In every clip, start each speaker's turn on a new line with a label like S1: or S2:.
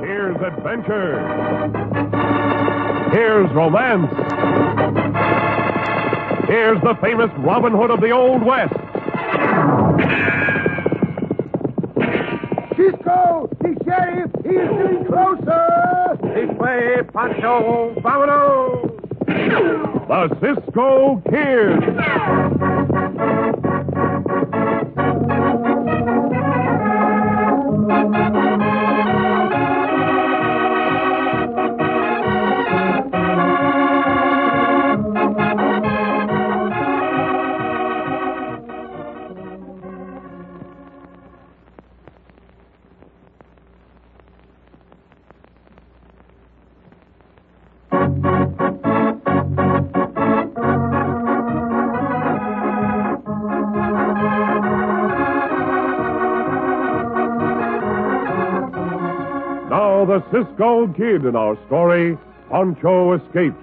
S1: Here's adventure. Here's romance. Here's the famous Robin Hood of the Old West.
S2: Cisco, the sheriff, he is getting closer.
S3: This way, Pancho. Vámonos.
S1: The Cisco Kid. Now the Cisco Kid in our story, Poncho escapes.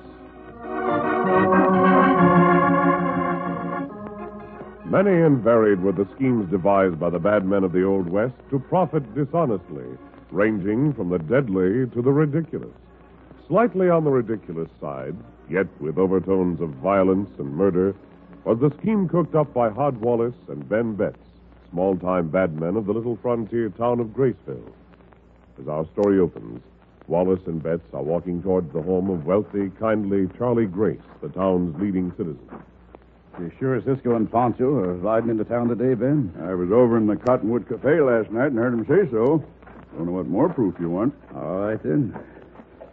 S1: Many and varied were the schemes devised by the bad men of the Old West to profit dishonestly, ranging from the deadly to the ridiculous. Slightly on the ridiculous side, yet with overtones of violence and murder, was the scheme cooked up by Hod Wallace and Ben Betts, small time bad men of the little frontier town of Graceville. As our story opens, Wallace and Betts are walking towards the home of wealthy, kindly Charlie Grace, the town's leading citizen.
S4: You sure Cisco and Poncho are riding into town today, Ben?
S5: I was over in the Cottonwood Cafe last night and heard him say so. Don't know what more proof you want.
S4: All right, then.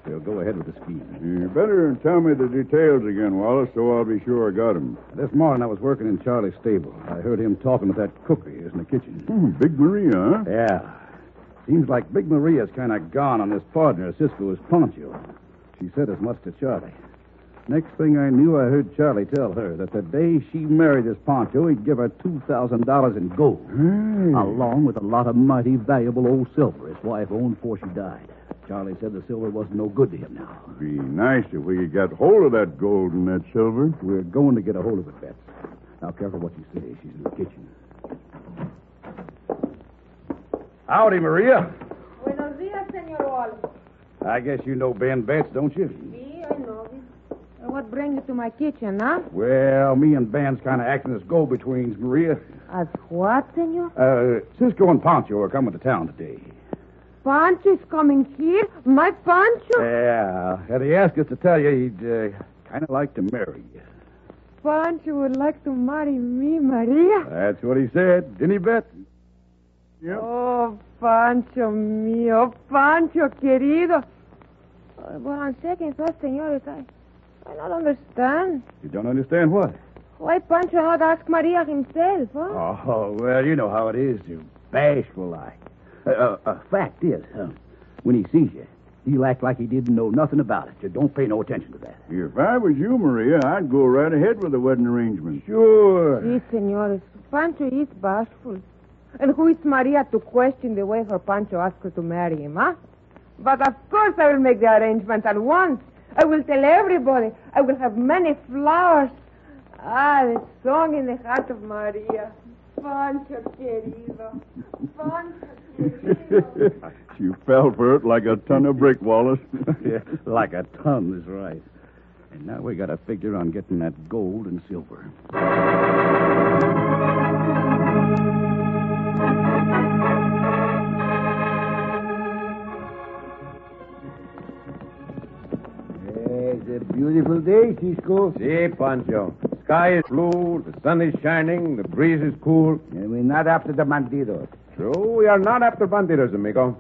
S4: They'll go ahead with the scheme.
S5: You better tell me the details again, Wallace, so I'll be sure I got 'em.
S4: This morning I was working in Charlie's stable. I heard him talking with that cook of his in the kitchen.
S5: Hmm, Big Maria, huh?
S4: Yeah. Seems like Big Maria's kind of gone on this partner of Cisco's Poncho. She said as much to Charlie. Next thing I knew, I heard Charlie tell her that the day she married this Poncho, he'd give her $2,000 in gold. along with a lot of mighty valuable old silver his wife owned before she died. Charlie said the silver wasn't no good to him now.
S5: Be nice if we could get hold of that gold and that silver.
S4: We're going to get a hold of it, Bets. Now, careful what you say. She's in the kitchen. Howdy, Maria.
S6: Buenos días, Senor Wallace.
S4: I guess you know Ben Betts, don't you?
S6: See, I know this. What brings you to my kitchen, huh?
S4: Well, me and Ben's kind of acting as go-betweens, Maria.
S6: As what, Senor?
S4: Uh, Cisco and Poncho are coming to town today.
S6: Pancho is coming here? My Pancho?
S4: Eh. Yeah, and he asked us to tell you he'd uh, kind of like to marry you.
S6: Pancho would like to marry me, Maria.
S4: That's what he said, didn't he, Bet?
S6: Oh, Pancho mío, Pancho querido. Uh, But on second thought, Senor, I, I don't understand.
S4: You don't understand what?
S6: Why Pancho not ask Maria himself, huh?
S4: Oh, well, you know how it is to bashful like. Uh, uh, uh, fact is, huh, when he sees you, he'll act like he didn't know nothing about it. So don't pay no attention to that.
S5: If I was you, Maria, I'd go right ahead with the wedding arrangement.
S4: Sure.
S6: Yes, senores. Pancho is bashful. And who is Maria to question the way her Pancho asked her to marry him, huh? But of course I will make the arrangement at once. I will tell everybody. I will have many flowers. Ah, the song in the heart of Maria. Pancho querido. Pancho querido.
S5: You fell for it like a ton of brick, Wallace.
S4: Yeah, like a ton is right. And now we got to figure on getting that gold and silver.
S2: It's a beautiful day, Cisco.
S3: See, Pancho. Sky is blue, the sun is shining, the breeze is cool.
S2: And we're not after the bandidos.
S3: True, we are not after bandidos, amigo.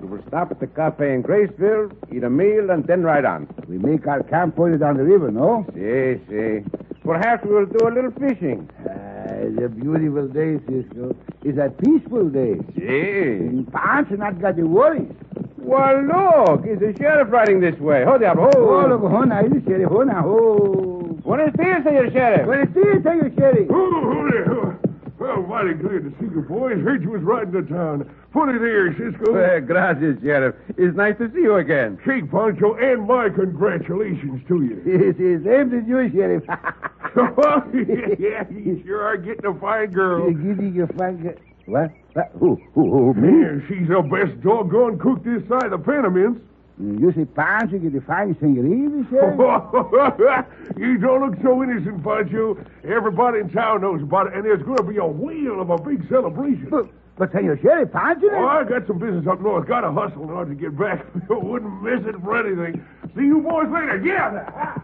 S3: We will stop at the cafe in Graceville, eat a meal, and then ride on.
S2: We make our camp further down the river, no?
S3: See, see. Perhaps we will do a little fishing.
S2: Ah, it's a beautiful day, Cisco. It's a peaceful day.
S3: See.
S2: And Pancho not got the worries.
S3: Well, look, is the sheriff riding this way? Hold up,
S2: All of
S3: hold.
S2: Hona, is sheriff Hona, ho.
S3: Buenos dias, senor sheriff.
S2: Buenos dias, señor sheriff.
S1: Oh, Well, mighty glad to see you boys. Heard you was riding to town. Put it here, Cisco.
S3: Eh, gracias, sheriff. It's nice to see you again.
S1: Shake Poncho, and my congratulations to you.
S2: It is aimed at you, sheriff.
S1: yeah, you sure are getting a fine girl.
S2: Giddy, you fucker.
S4: What? what? Who? Who? Who? Me?
S7: Man, she's the best doggone cook this side of Panamint.
S4: You say Pancho que te faz sangreve, Sheriff?
S7: you don't look so innocent, Pancho. Everybody in town knows about it, and there's going to be a wheel of a big celebration.
S4: But, but Senor Sheriff, Pancho?
S7: Oh, I got some business up north. Got to hustle in order to get back. Wouldn't miss it for anything. See you boys later. Yeah.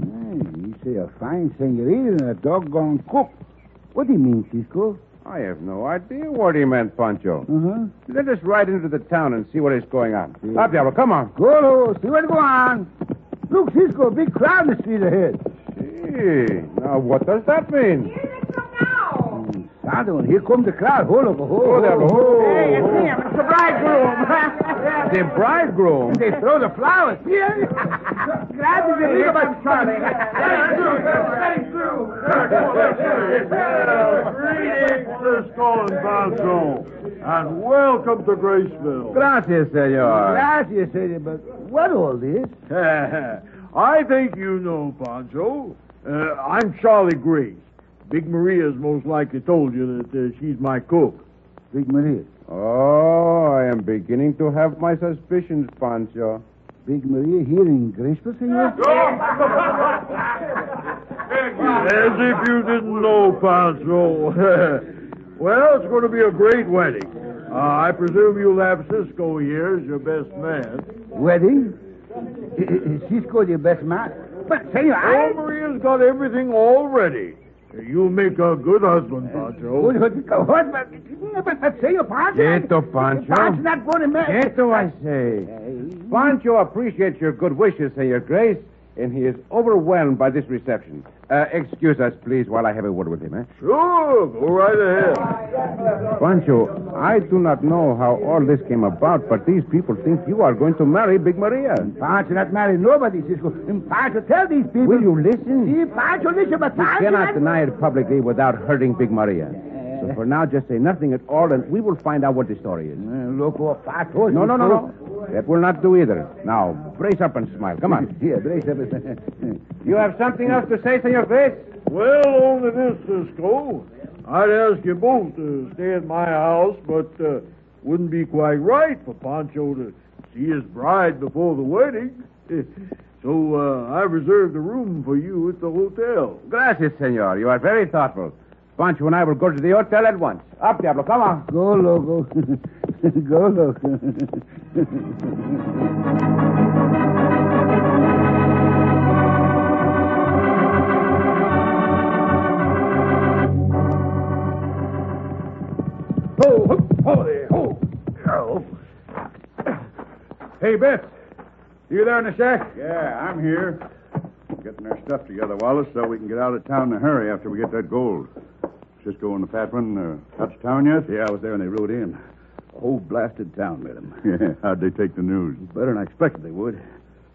S4: you say a fine sangreve and a doggone cook. What do you mean, Cisco?
S1: I have no idea what he meant, Pancho.
S4: Uh-huh.
S1: Let us ride into the town and see what is going on. Up, Diablo, come on.
S4: Golo, see what go on. Look, Cisco, big crowd in the street ahead.
S1: Gee, now what does that mean?
S6: Here they come now.
S4: Santo, and here come the crowd. Hold up, hold
S1: Oh, Diablo. Oh,
S4: Hey,
S1: oh.
S4: it's him. It's the bridegroom.
S1: The bridegroom.
S4: they throw the flowers. Here. Glad to be of my
S7: Greetings, Miss Colin Pancho, and welcome to Graceville.
S1: Gracias, senor.
S4: Gracias, Eddie, but er what all this?
S8: I think you know, Poncho. Uh, I'm Charlie Grace. Big Maria's most likely told you that uh, she's my cook.
S4: Big Maria.
S1: Oh, I am beginning to have my suspicions, Pancho.
S4: Big Maria here in Graceville, senor?
S8: As if you didn't know, Poncho. well, it's going to be a great wedding. Uh, I presume you'll have Cisco here as your best man.
S4: Wedding? I- I- Cisco, the best man. But, senor,
S8: Oh,
S4: I...
S8: Maria's got everything all ready. You'll make a good husband, Poncho.
S4: What, what, what, but, but, but, senor, Pancho...
S1: Quieto, Pancho.
S4: Pancho's not going to marry...
S1: Quieto, I say. Pancho appreciates your good wishes, Senor Grace, and he is overwhelmed by this reception. Uh, excuse us, please, while I have a word with him, eh?
S8: Sure, go right ahead.
S1: Pancho, I do not know how all this came about, but these people think you are going to marry Big Maria.
S4: Pancho not marry nobody, Cisco. And Pancho tell these people...
S1: Will you listen?
S4: See, Pancho, listen, but
S1: You
S4: Pancho...
S1: cannot
S4: not-
S1: deny it publicly without hurting Big Maria. So for now, just say nothing at all, and we will find out what the story is.
S4: Uh, Loco, Pancho...
S1: No, no, no, no. That will not do either. Now, brace up and smile. Come on.
S4: Here, brace up.
S1: You have something else to say, Senor Grace?
S8: Well, only this, Cisco. I'd ask you both to stay at my house, but uh, wouldn't be quite right for Pancho to see his bride before the wedding. So uh, I reserved a room for you at the hotel.
S1: Gracias, senor. You are very thoughtful. Pancho and I will go to the hotel at once. Up, Diablo. Come on.
S4: Go, Loco. Go, Loco.
S8: Ho, ho, ho, there, ho. Oh. Hey, Beth. You there in the shack?
S5: Yeah, I'm here. Getting our stuff together, Wallace, so we can get out of town in a hurry after we get that gold. Cisco and the fat one uh, out to town yet?
S9: Yeah, I was there when they rode in. The
S1: oh,
S9: whole blasted town met him.
S5: Yeah, how'd they take the news?
S9: Better than I expected they would.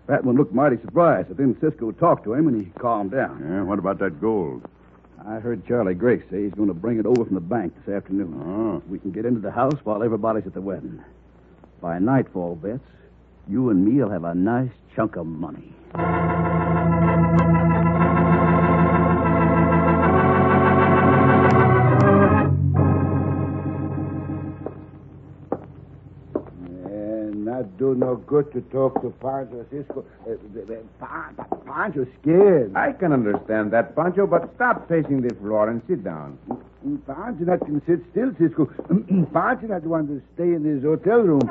S9: That one looked mighty surprised, but then Cisco talked to him and he calmed down.
S5: Yeah, what about that gold?
S9: I heard Charlie Grace say he's going to bring it over from the bank this afternoon.
S5: Oh,
S9: We can get into the house while everybody's at the wedding. By nightfall, Betts, you and me'll have a nice chunk of money.
S4: And not do no good to talk to Pancho Cisco. Uh, the- the- Pan- Pancho scared.
S1: I can understand that, Pancho, but stop facing the floor and sit down.
S4: Mm, Pancho not can sit still, Mm, Cisco. Pancho not want to stay in his hotel room.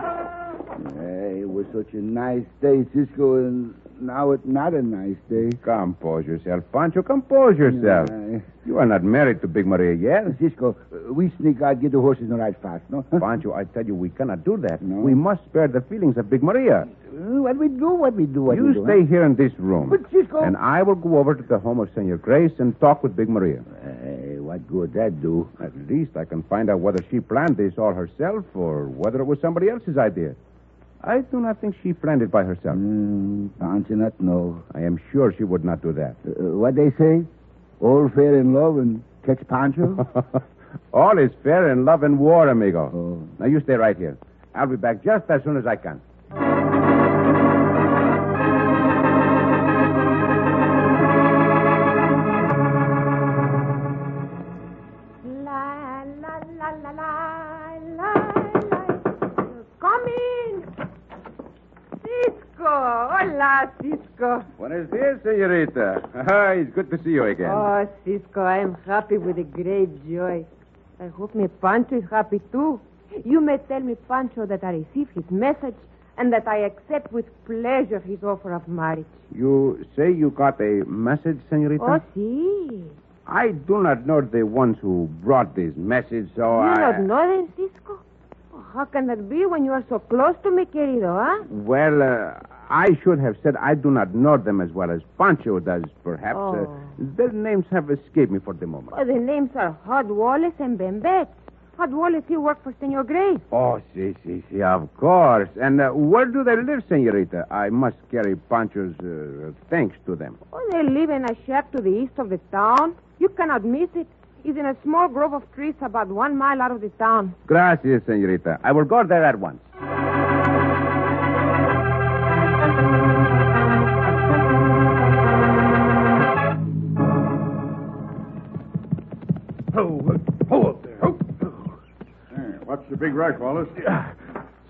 S4: Eh, it was such a nice day, Cisco, and now it's not a nice day.
S1: Compose yourself, Pancho. Compose yourself.
S4: Yeah.
S1: You are not married to Big Maria yet.
S4: Cisco, uh, we sneak out, get the horses and ride fast, no?
S1: Pancho, I tell you, we cannot do that.
S4: No.
S1: We must spare the feelings of Big Maria.
S4: Uh, What we do, what we do, what
S1: you
S4: we do.
S1: stay here in this room.
S4: But, Cisco...
S1: And I will go over to the home of Senor Grace and talk with Big Maria.
S4: Eh, what good that do?
S1: At least I can find out whether she planned this all herself or whether it was somebody else's idea. I do not think she planned it by herself.
S4: Mm, Pancho not know.
S1: I am sure she would not do that.
S4: Uh, what they say? All fair in love and catch Pancho?
S1: all is fair in love and war, amigo.
S4: Oh.
S1: Now you stay right here. I'll be back just as soon as I can.
S6: La la la la la Hola, Cisco.
S10: Buenos dias, senorita. Ah, it's good to see you again.
S6: Oh, Cisco, I am happy with a great joy. I hope my Pancho is happy too. You may tell me, Pancho, that I receive his message and that I accept with pleasure his offer of marriage.
S10: you say you got a message, senorita?
S6: Oh, see.
S10: I do not know the ones who brought this message, so
S6: you
S10: I.
S6: don't know them, Cisco? Oh, how can that be when you are so close to me, querido, ah? huh?
S10: Well, uh, I should have said I do not know them as well as Pancho does, perhaps.
S6: Oh.
S10: Uh, their names have escaped me for the moment.
S6: Oh, the names are Hod Wallace and Bembet. Hod Wallace, he worked for Senor Grace.
S10: Oh, si, si, si, of course. And uh, where do they live, senorita? I must carry Pancho's uh, thanks to them.
S6: Oh, they live in a shack to the east of the town. You cannot miss it. It's in a small grove of trees about one mile out of the town.
S10: Gracias, senorita. I will go there at once.
S11: Ho, ho up there. Ho.
S12: Hey, what's the big wreck, Wallace?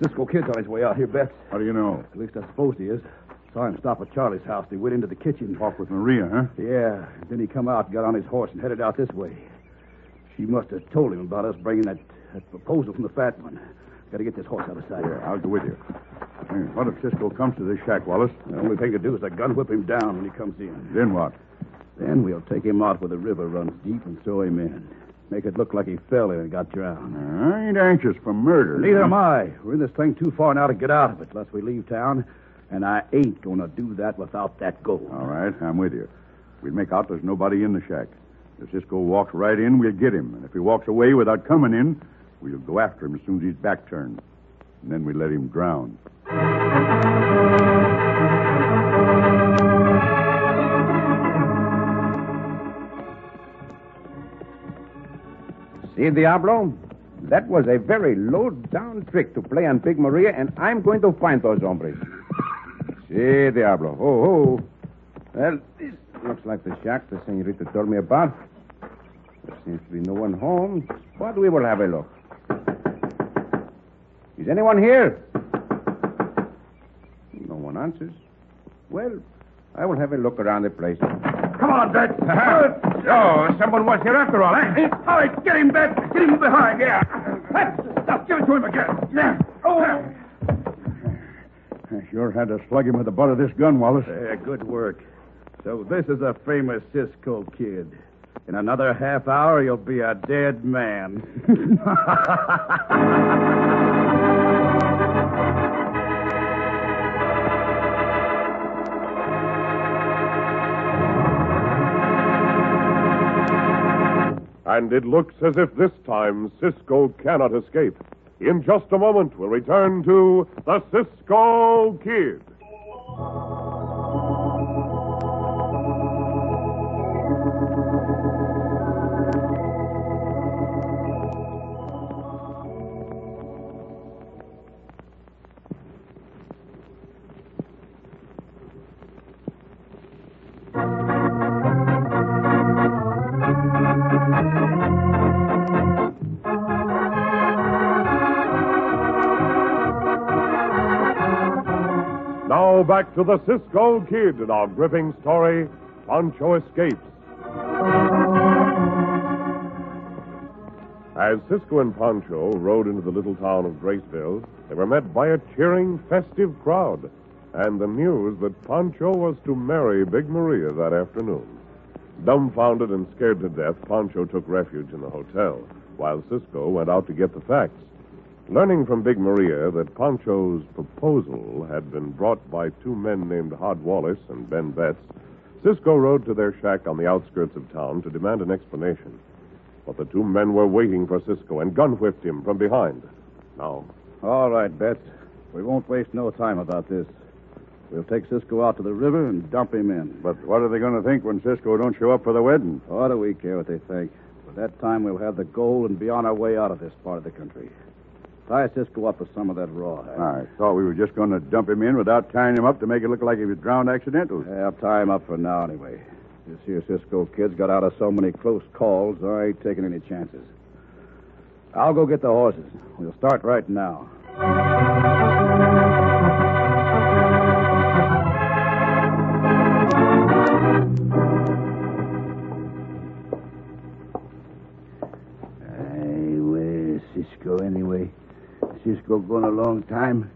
S4: Cisco Kid's on his way out here, Bex.
S12: How do you know?
S4: At least I suppose he is. Saw him stop at Charlie's house. They went into the kitchen.
S12: Talk with Maria, huh?
S4: Yeah. Then he come out, got on his horse, and headed out this way. She must have told him about us bringing that, that proposal from the fat one. Got to get this horse out of sight.
S12: Yeah, I'll go with you. Hey, what if Cisco comes to this shack, Wallace?
S4: The only thing to do is to gun whip him down when he comes in.
S12: Then what?
S4: Then we'll take him out where the river runs deep and throw him in. Make it look like he fell in and got drowned.
S12: I ain't anxious for murder.
S4: Neither am I. We're in this thing too far now to get out of it unless we leave town. And I ain't going to do that without that gold.
S10: Oh,
S12: All right, I'm with you. We'll make out there's nobody in the shack. If Cisco walks right in, we'll get him. And if he walks away without coming in, we'll go after him as soon as he's back turned. And then we let him drown.
S10: See, Diablo? That was a very low down trick to play on Big Maria, and I'm going to find those hombres. See, Diablo. Ho, ho. Well, this looks like the shack the senorita told me about. There seems to be no one home, but we will have a look. Is anyone here? No one answers. Well, I will have a look around the place.
S12: Come on, Dutch.
S10: Oh, someone was here after all, eh?
S12: Uh-huh. All right, get him, Dutch. Get him behind, yeah. Stop, give it to him again. Yeah. Oh. I sure had to slug him with the butt of this gun, Wallace.
S4: There, Eh, good work. So this is a famous Cisco kid. In another half hour, you'll be a dead man.
S1: And it looks as if this time Cisco cannot escape. In just a moment, we'll return to the Cisco Kid. Now back to the Cisco Kid and our gripping story Pancho Escapes. As Cisco and Pancho rode into the little town of Graceville, they were met by a cheering, festive crowd and the news that Pancho was to marry Big Maria that afternoon. Dumbfounded and scared to death, Pancho took refuge in the hotel, while Cisco went out to get the facts. Learning from Big Maria that Pancho's proposal had been brought by two men named Hod Wallace and Ben Betts, Cisco rode to their shack on the outskirts of town to demand an explanation. But the two men were waiting for Cisco and gun whipped him from behind. Now,
S4: All right, Betts. We won't waste no time about this. We'll take Cisco out to the river and dump him in.
S12: But what are they going to think when Cisco don't show up for the wedding?
S4: Or do we care what they think? By that time, we'll have the gold and be on our way out of this part of the country. Tie Cisco up with some of that rawhide.
S12: I thought we were just going to dump him in without tying him up to make it look like he was drowned accidentally.
S4: Yeah, I'll tie him up for now, anyway. This here Cisco kid's got out of so many close calls, I ain't taking any chances. I'll go get the horses. We'll start right now. Cisco anyway. Cisco gone a long time.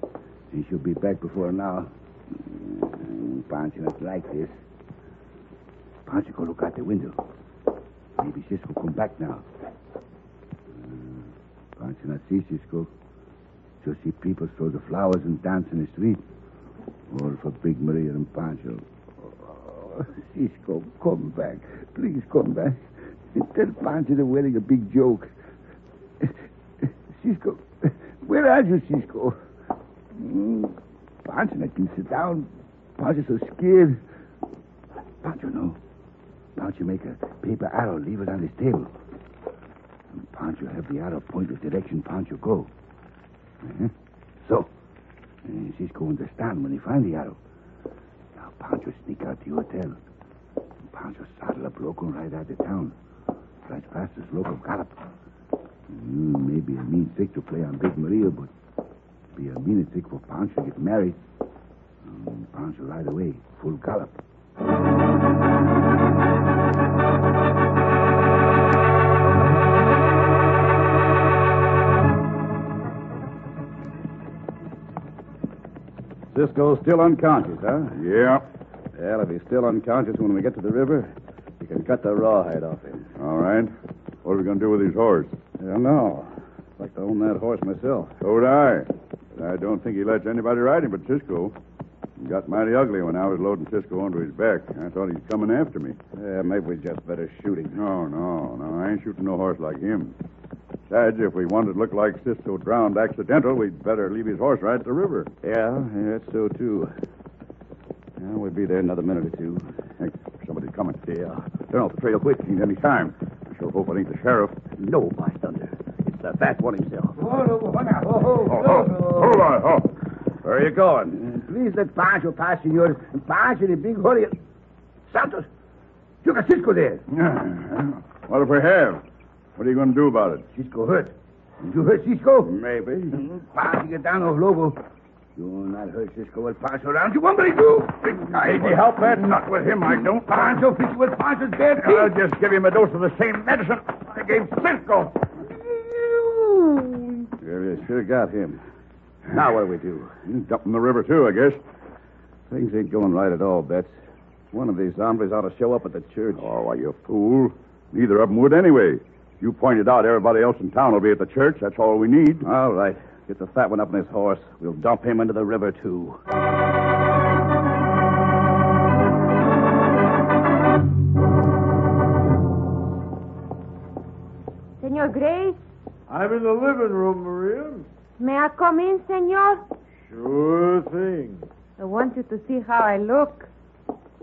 S4: He should be back before now. Mm, Pancho not like this. Pancho go look out the window. Maybe Cisco come back now. Mm, Pancho not see Cisco. Just see people throw the flowers and dance in the street. All for Big Maria and Pancho. Oh, Cisco, come back. Please come back. Tell Pancho they're wearing a big joke. Cisco, where are you, Cisco? Mm, Pancho, I can sit down. Pancho's so scared. Pancho, no. Pancho make a paper arrow, leave it on his table. And Pancho have the arrow point the direction Pancho go. Uh-huh. So, uh, Cisco understand when he find the arrow. Now Pancho sneak out to the hotel. Pancho saddle up Loco and ride out of town. Ride fast as Loco gallop. Mm, maybe a mean trick to play on Big Maria, but be a mean trick for Pancho to get married. Um, Pancho ride away, full gallop.
S13: Cisco's still unconscious, huh?
S1: Yeah.
S13: Well, if he's still unconscious when we get to the river, you can cut the rawhide off him.
S1: All right. What are we going to do with his horse?
S13: I don't know. I'd like to own that horse myself.
S1: So would I. But I don't think he lets anybody ride him but Cisco. He got mighty ugly when I was loading Cisco onto his back. I thought he was coming after me.
S13: Yeah, maybe we just better shoot him.
S1: No, no, no. I ain't shooting no horse like him. Besides, if we wanted to look like Cisco drowned accidental, we'd better leave his horse right at the river.
S13: Yeah, yeah, that's so too. Well, we'll be there another minute or two.
S1: Hey, somebody coming.
S13: Yeah.
S1: Turn off the trail quick. Ain't any time. I sure hope it ain't the sheriff.
S13: No, by thunder. It's the fat one himself.
S1: Oh, oh, hold on. Oh. Where are you going?
S4: Uh, please let Pancho pass, senor. Pancho in a big hurry. Santos, you got Cisco there.
S1: What if we have? What are you going to do about it?
S4: Cisco hurt. Did you hurt Cisco?
S1: Maybe.
S4: Pancho get down off Lobo. You will not hurt Cisco with Pancho around you. Somebody do.
S1: I hate to help that nut with him. I don't.
S4: Pancho fix with Pancho's bad
S1: I'll just give him a dose of the same medicine I gave Cisco.
S13: Sure, should have got him. Now what do we do?
S1: Dump in the river, too, I guess.
S13: Things ain't going right at all, Betts. One of these hombres ought to show up at the church.
S1: Oh, why, you fool. Neither of them would anyway. You pointed out everybody else in town will be at the church. That's all we need.
S13: All right. Get the fat one up on his horse. We'll dump him into the river, too.
S6: Senor Grace,
S14: I'm in the living room, Maria.
S6: may I come in, senor?
S14: Sure thing.
S6: I want you to see how I look.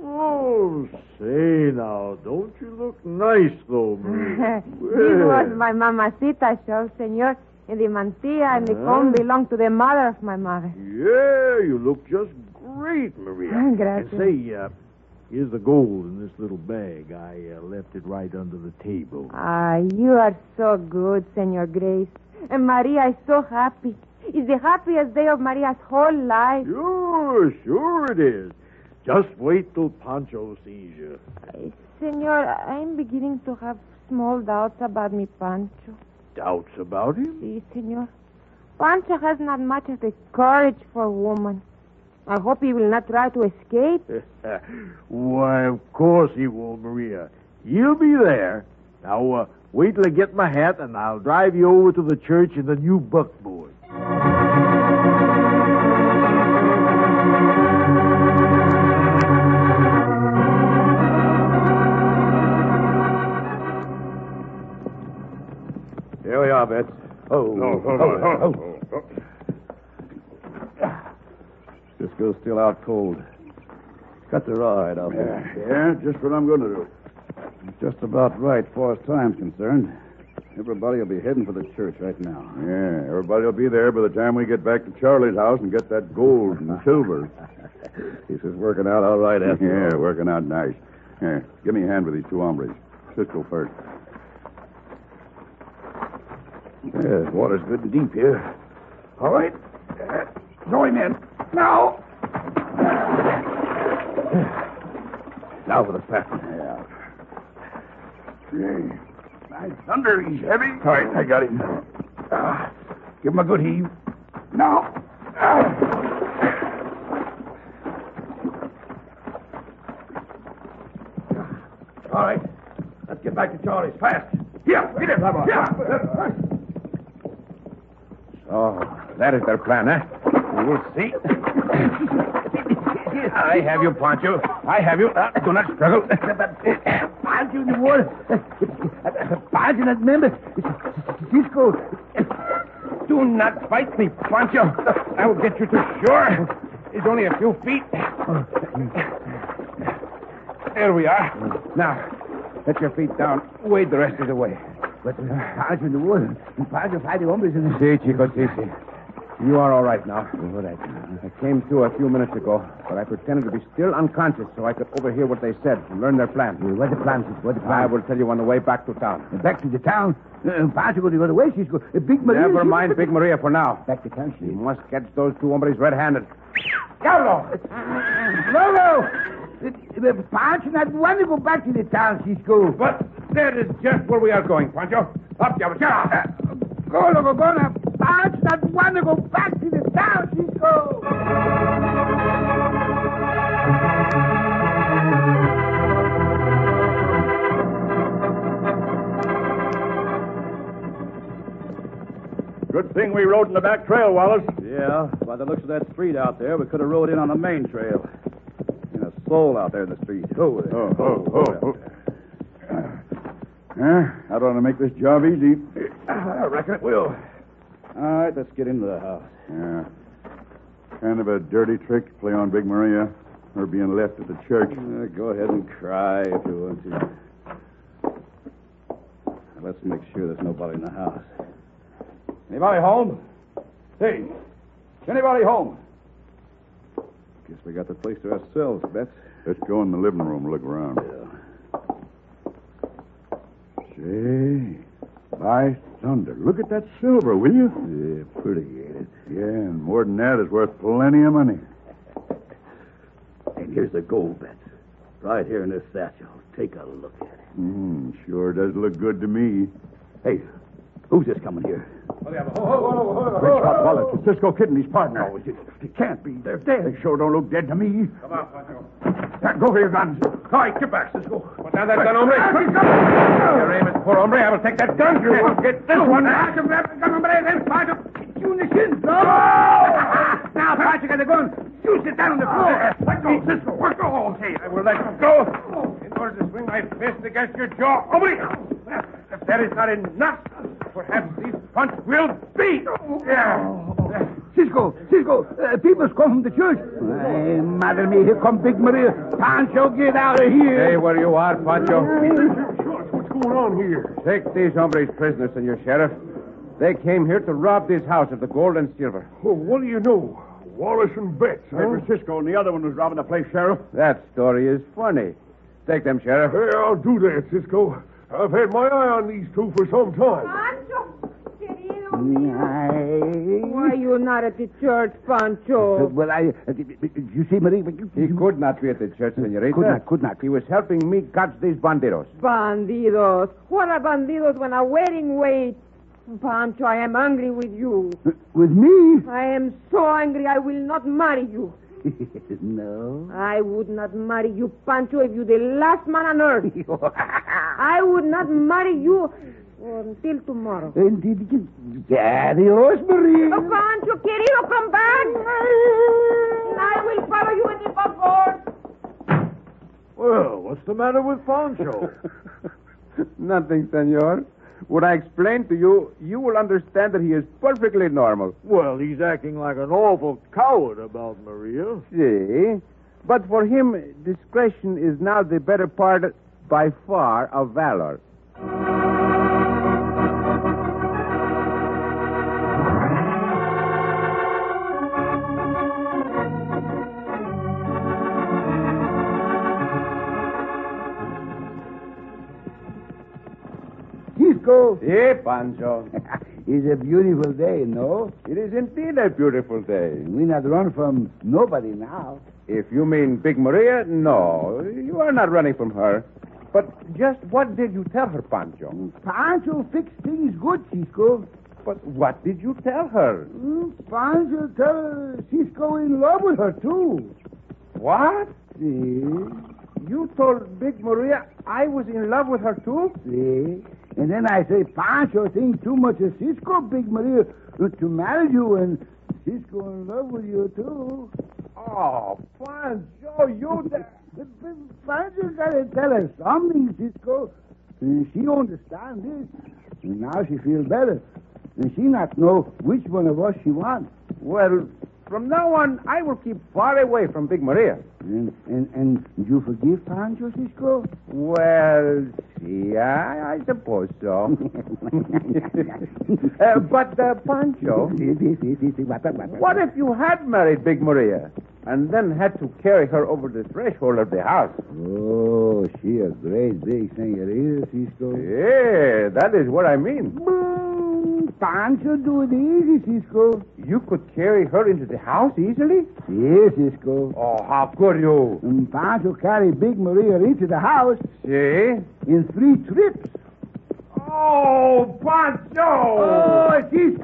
S14: Oh, say now, don't you look nice, though, Maria?
S6: this was my mamacita shawl, senor. And the mantilla and the comb belong to the mother of my mother.
S14: Uh-huh. Yeah, you look just great, Maria.
S6: Gracias.
S14: Say, uh, here's the gold in this little bag. I uh, left it right under the table.
S6: Ah, you are so good, Senor Grace. And Maria is so happy. It's the happiest day of Maria's whole life.
S14: Sure, sure it is. Just wait till Pancho sees you.
S6: Uh, Senor, I'm beginning to have small doubts about me, Pancho.
S14: Doubts about him?
S6: See, Senor, Pancho has not much of the courage for woman. I hope he will not try to escape.
S14: Why, of course he will, Maria. You'll be there. Now, uh, wait till I get my hat, and I'll drive you over to the church in the new buckboard.
S13: Here we are, Betts. Oh,
S1: No, hold on. Oh, oh, oh.
S13: Cisco's still out cold. Cut the rawhide off him.
S1: Yeah, just what I'm going to do.
S13: Just about right, far as time's concerned. Everybody will be heading for the church right now.
S1: Yeah, everybody will be there by the time we get back to Charlie's house and get that gold and silver.
S13: This is working out all right
S1: yeah, working out nice. Yeah, give me a hand with these two hombres. Cisco first.
S13: Yeah, the water's good and deep here.
S4: All right. Uh, throw him in. Now.
S13: Now for the fat one.
S4: Yeah.
S1: Uh,
S4: My thunder, he's heavy. All right, I got him. Ah, Give him a good heave. Now.
S1: Uh,
S4: All right. Let's get back to Charlie's fast. Here, get him. Here.
S1: Oh, that is their plan, eh? We will see. I have you, Pancho. I have you.
S13: Ah,
S1: Uh, do not struggle.
S4: Poncho in the water. Poncho, not remember. Cisco.
S1: do not fight me, Pancho. I will get you to shore. It's only a few feet. There we are. Now, let your feet down. Wade the rest of the way.
S4: But Poncho in the water. Poncho fight the hombres in the...
S1: See, Chico, see, see. You are all right now. All right. I came to a few minutes ago, but I pretended to be still unconscious so I could overhear what they said and learn their plan.
S4: What's the plan, Cisco? What's the
S1: I
S4: plan?
S1: will tell you on the way back to town.
S4: Back to the town. Uh, Poncho going to go the way, Cisco. Uh, Big Maria...
S1: Never mind Big Maria for now.
S4: Back to town,
S1: You
S4: Cisco.
S1: must catch those two hombres red-handed.
S4: Carlo! Lolo! The Poncho not want to go back to the town, Cisco.
S1: But that is just where we are going, Pancho. Up, you
S4: Go, Loco, go now. Poncho not want to go back to the town, Cisco.
S5: Good thing we rode in the back trail, Wallace.
S9: Yeah, by the looks of that street out there, we could have rode in on the main trail. Ain't a soul out there in the street. Oh, there.
S5: Oh, oh, oh. oh. Huh? That ought to make this job easy.
S9: I reckon it will. All right, let's get into the house.
S5: Yeah. Kind of a dirty trick to play on Big Maria, her being left at the church.
S9: Uh, go ahead and cry if you want to. Now, Let's make sure there's nobody in the house. Anybody home? Hey, anybody home? Guess we got the place to ourselves, Bets.
S5: Let's go in the living room and look around. Say, by thunder, look at that silver, will you? Yeah, pretty, ain't it? Yeah, and more than that, it's worth plenty of money.
S4: And here's the gold, Bets. Right here in this satchel. Take a look at it.
S5: Mm, sure does look good to me.
S4: Hey, who's this coming here?
S5: Got Wallace, Cisco Kid and his partner. Oh,
S4: it, it can't be. They're dead.
S5: They sure don't look dead to me. Come on, Pancho. Go for your guns.
S4: All right, get back, Cisco.
S1: Put down that gun, hombre. Your aim is poor, hombre. I will take that gun. You will get this one.
S4: Now, Patrick, got the gun. You sit down on the floor. Let go, Cisco. Work the whole case.
S1: I will let you go in order to swing my fist against your jaw. Hombre! If that is not enough, perhaps these punch will be. Yeah.
S4: Cisco, Cisco, uh, people's come from the church. Hey, mother me, here come Big Maria. Pancho, get out of here.
S1: Stay where you are, Pancho.
S7: What's going on here?
S1: Take these hombres prisoners, senor sheriff. They came here to rob this house of the gold and silver.
S7: Well, Oh, what do you know? Wallace and Betts, huh?
S5: Cisco, and the other one was robbing the place, Sheriff.
S1: That story is funny. Take them, sheriff.
S7: Hey, I'll do that, Cisco. I've had my eye on these two for some time.
S6: Pancho, querido Why you're not at the church, Pancho?
S4: Well, I. Uh, you see, Marie, you,
S1: He could not be at the church, senorita.
S4: Could not, could not.
S1: He was helping me catch these bandidos.
S6: Bandidos. What are bandidos when a wedding waits? Pancho, I am angry with you.
S4: with me?
S6: I am so angry I will not marry you.
S4: no.
S6: I would not marry you, Pancho, if you're the last man on earth. I would not marry you until tomorrow.
S4: And did you. Adios, Marie.
S6: Oh, Pancho, querido, come back. I will follow you in the buckboard.
S8: Well, what's the matter with Poncho?
S1: Nothing, senor. When I explain to you, you will understand that he is perfectly normal.
S8: well, he's acting like an awful coward about Maria.
S1: See? But for him, discretion is now the better part, by far, of valor.
S4: Cisco.
S1: Eh, Pancho?
S4: It's a beautiful day, no?
S1: It is indeed a beautiful day.
S4: We not run from nobody now.
S1: If you mean Big Maria, no. You are not running from her. But just what did you tell her, Pancho?
S4: Pancho fix things good, Cisco. Hmm?
S1: But what did you tell her?
S4: Pancho tell her Cisco in love with her, too.
S1: What?
S4: See?
S1: You told Big Maria I was in love with her too?
S4: See? And then I say Pancho think too much of Cisco, Big Maria, to marry you, and Cisco in love with you, too.
S1: Oh, Pancho, you da-
S4: Pancho gotta tell her something, Cisco. And she understand this. And now she feel better. And she not know which one of us she wants.
S1: Well, from now on, I will keep far away from Big Maria.
S4: And, and, and you forgive Pancho, Cisco?
S1: Well, see, I, I suppose so. Uh, but, uh, Pancho, what if you had married Big Maria and then had to carry her over the threshold of the house?
S4: Oh, she a great big senorita, Cisco.
S1: Yeah, that is what I mean. Mm,
S4: Pancho do it easy, Cisco.
S1: You could carry her into the house easily?
S4: Yes, Cisco.
S1: Oh, how could you?
S4: And Pancho carry Big Maria into the house
S1: See?
S4: in three trips.
S1: Oh, Pancho!
S4: Oh, Cisco!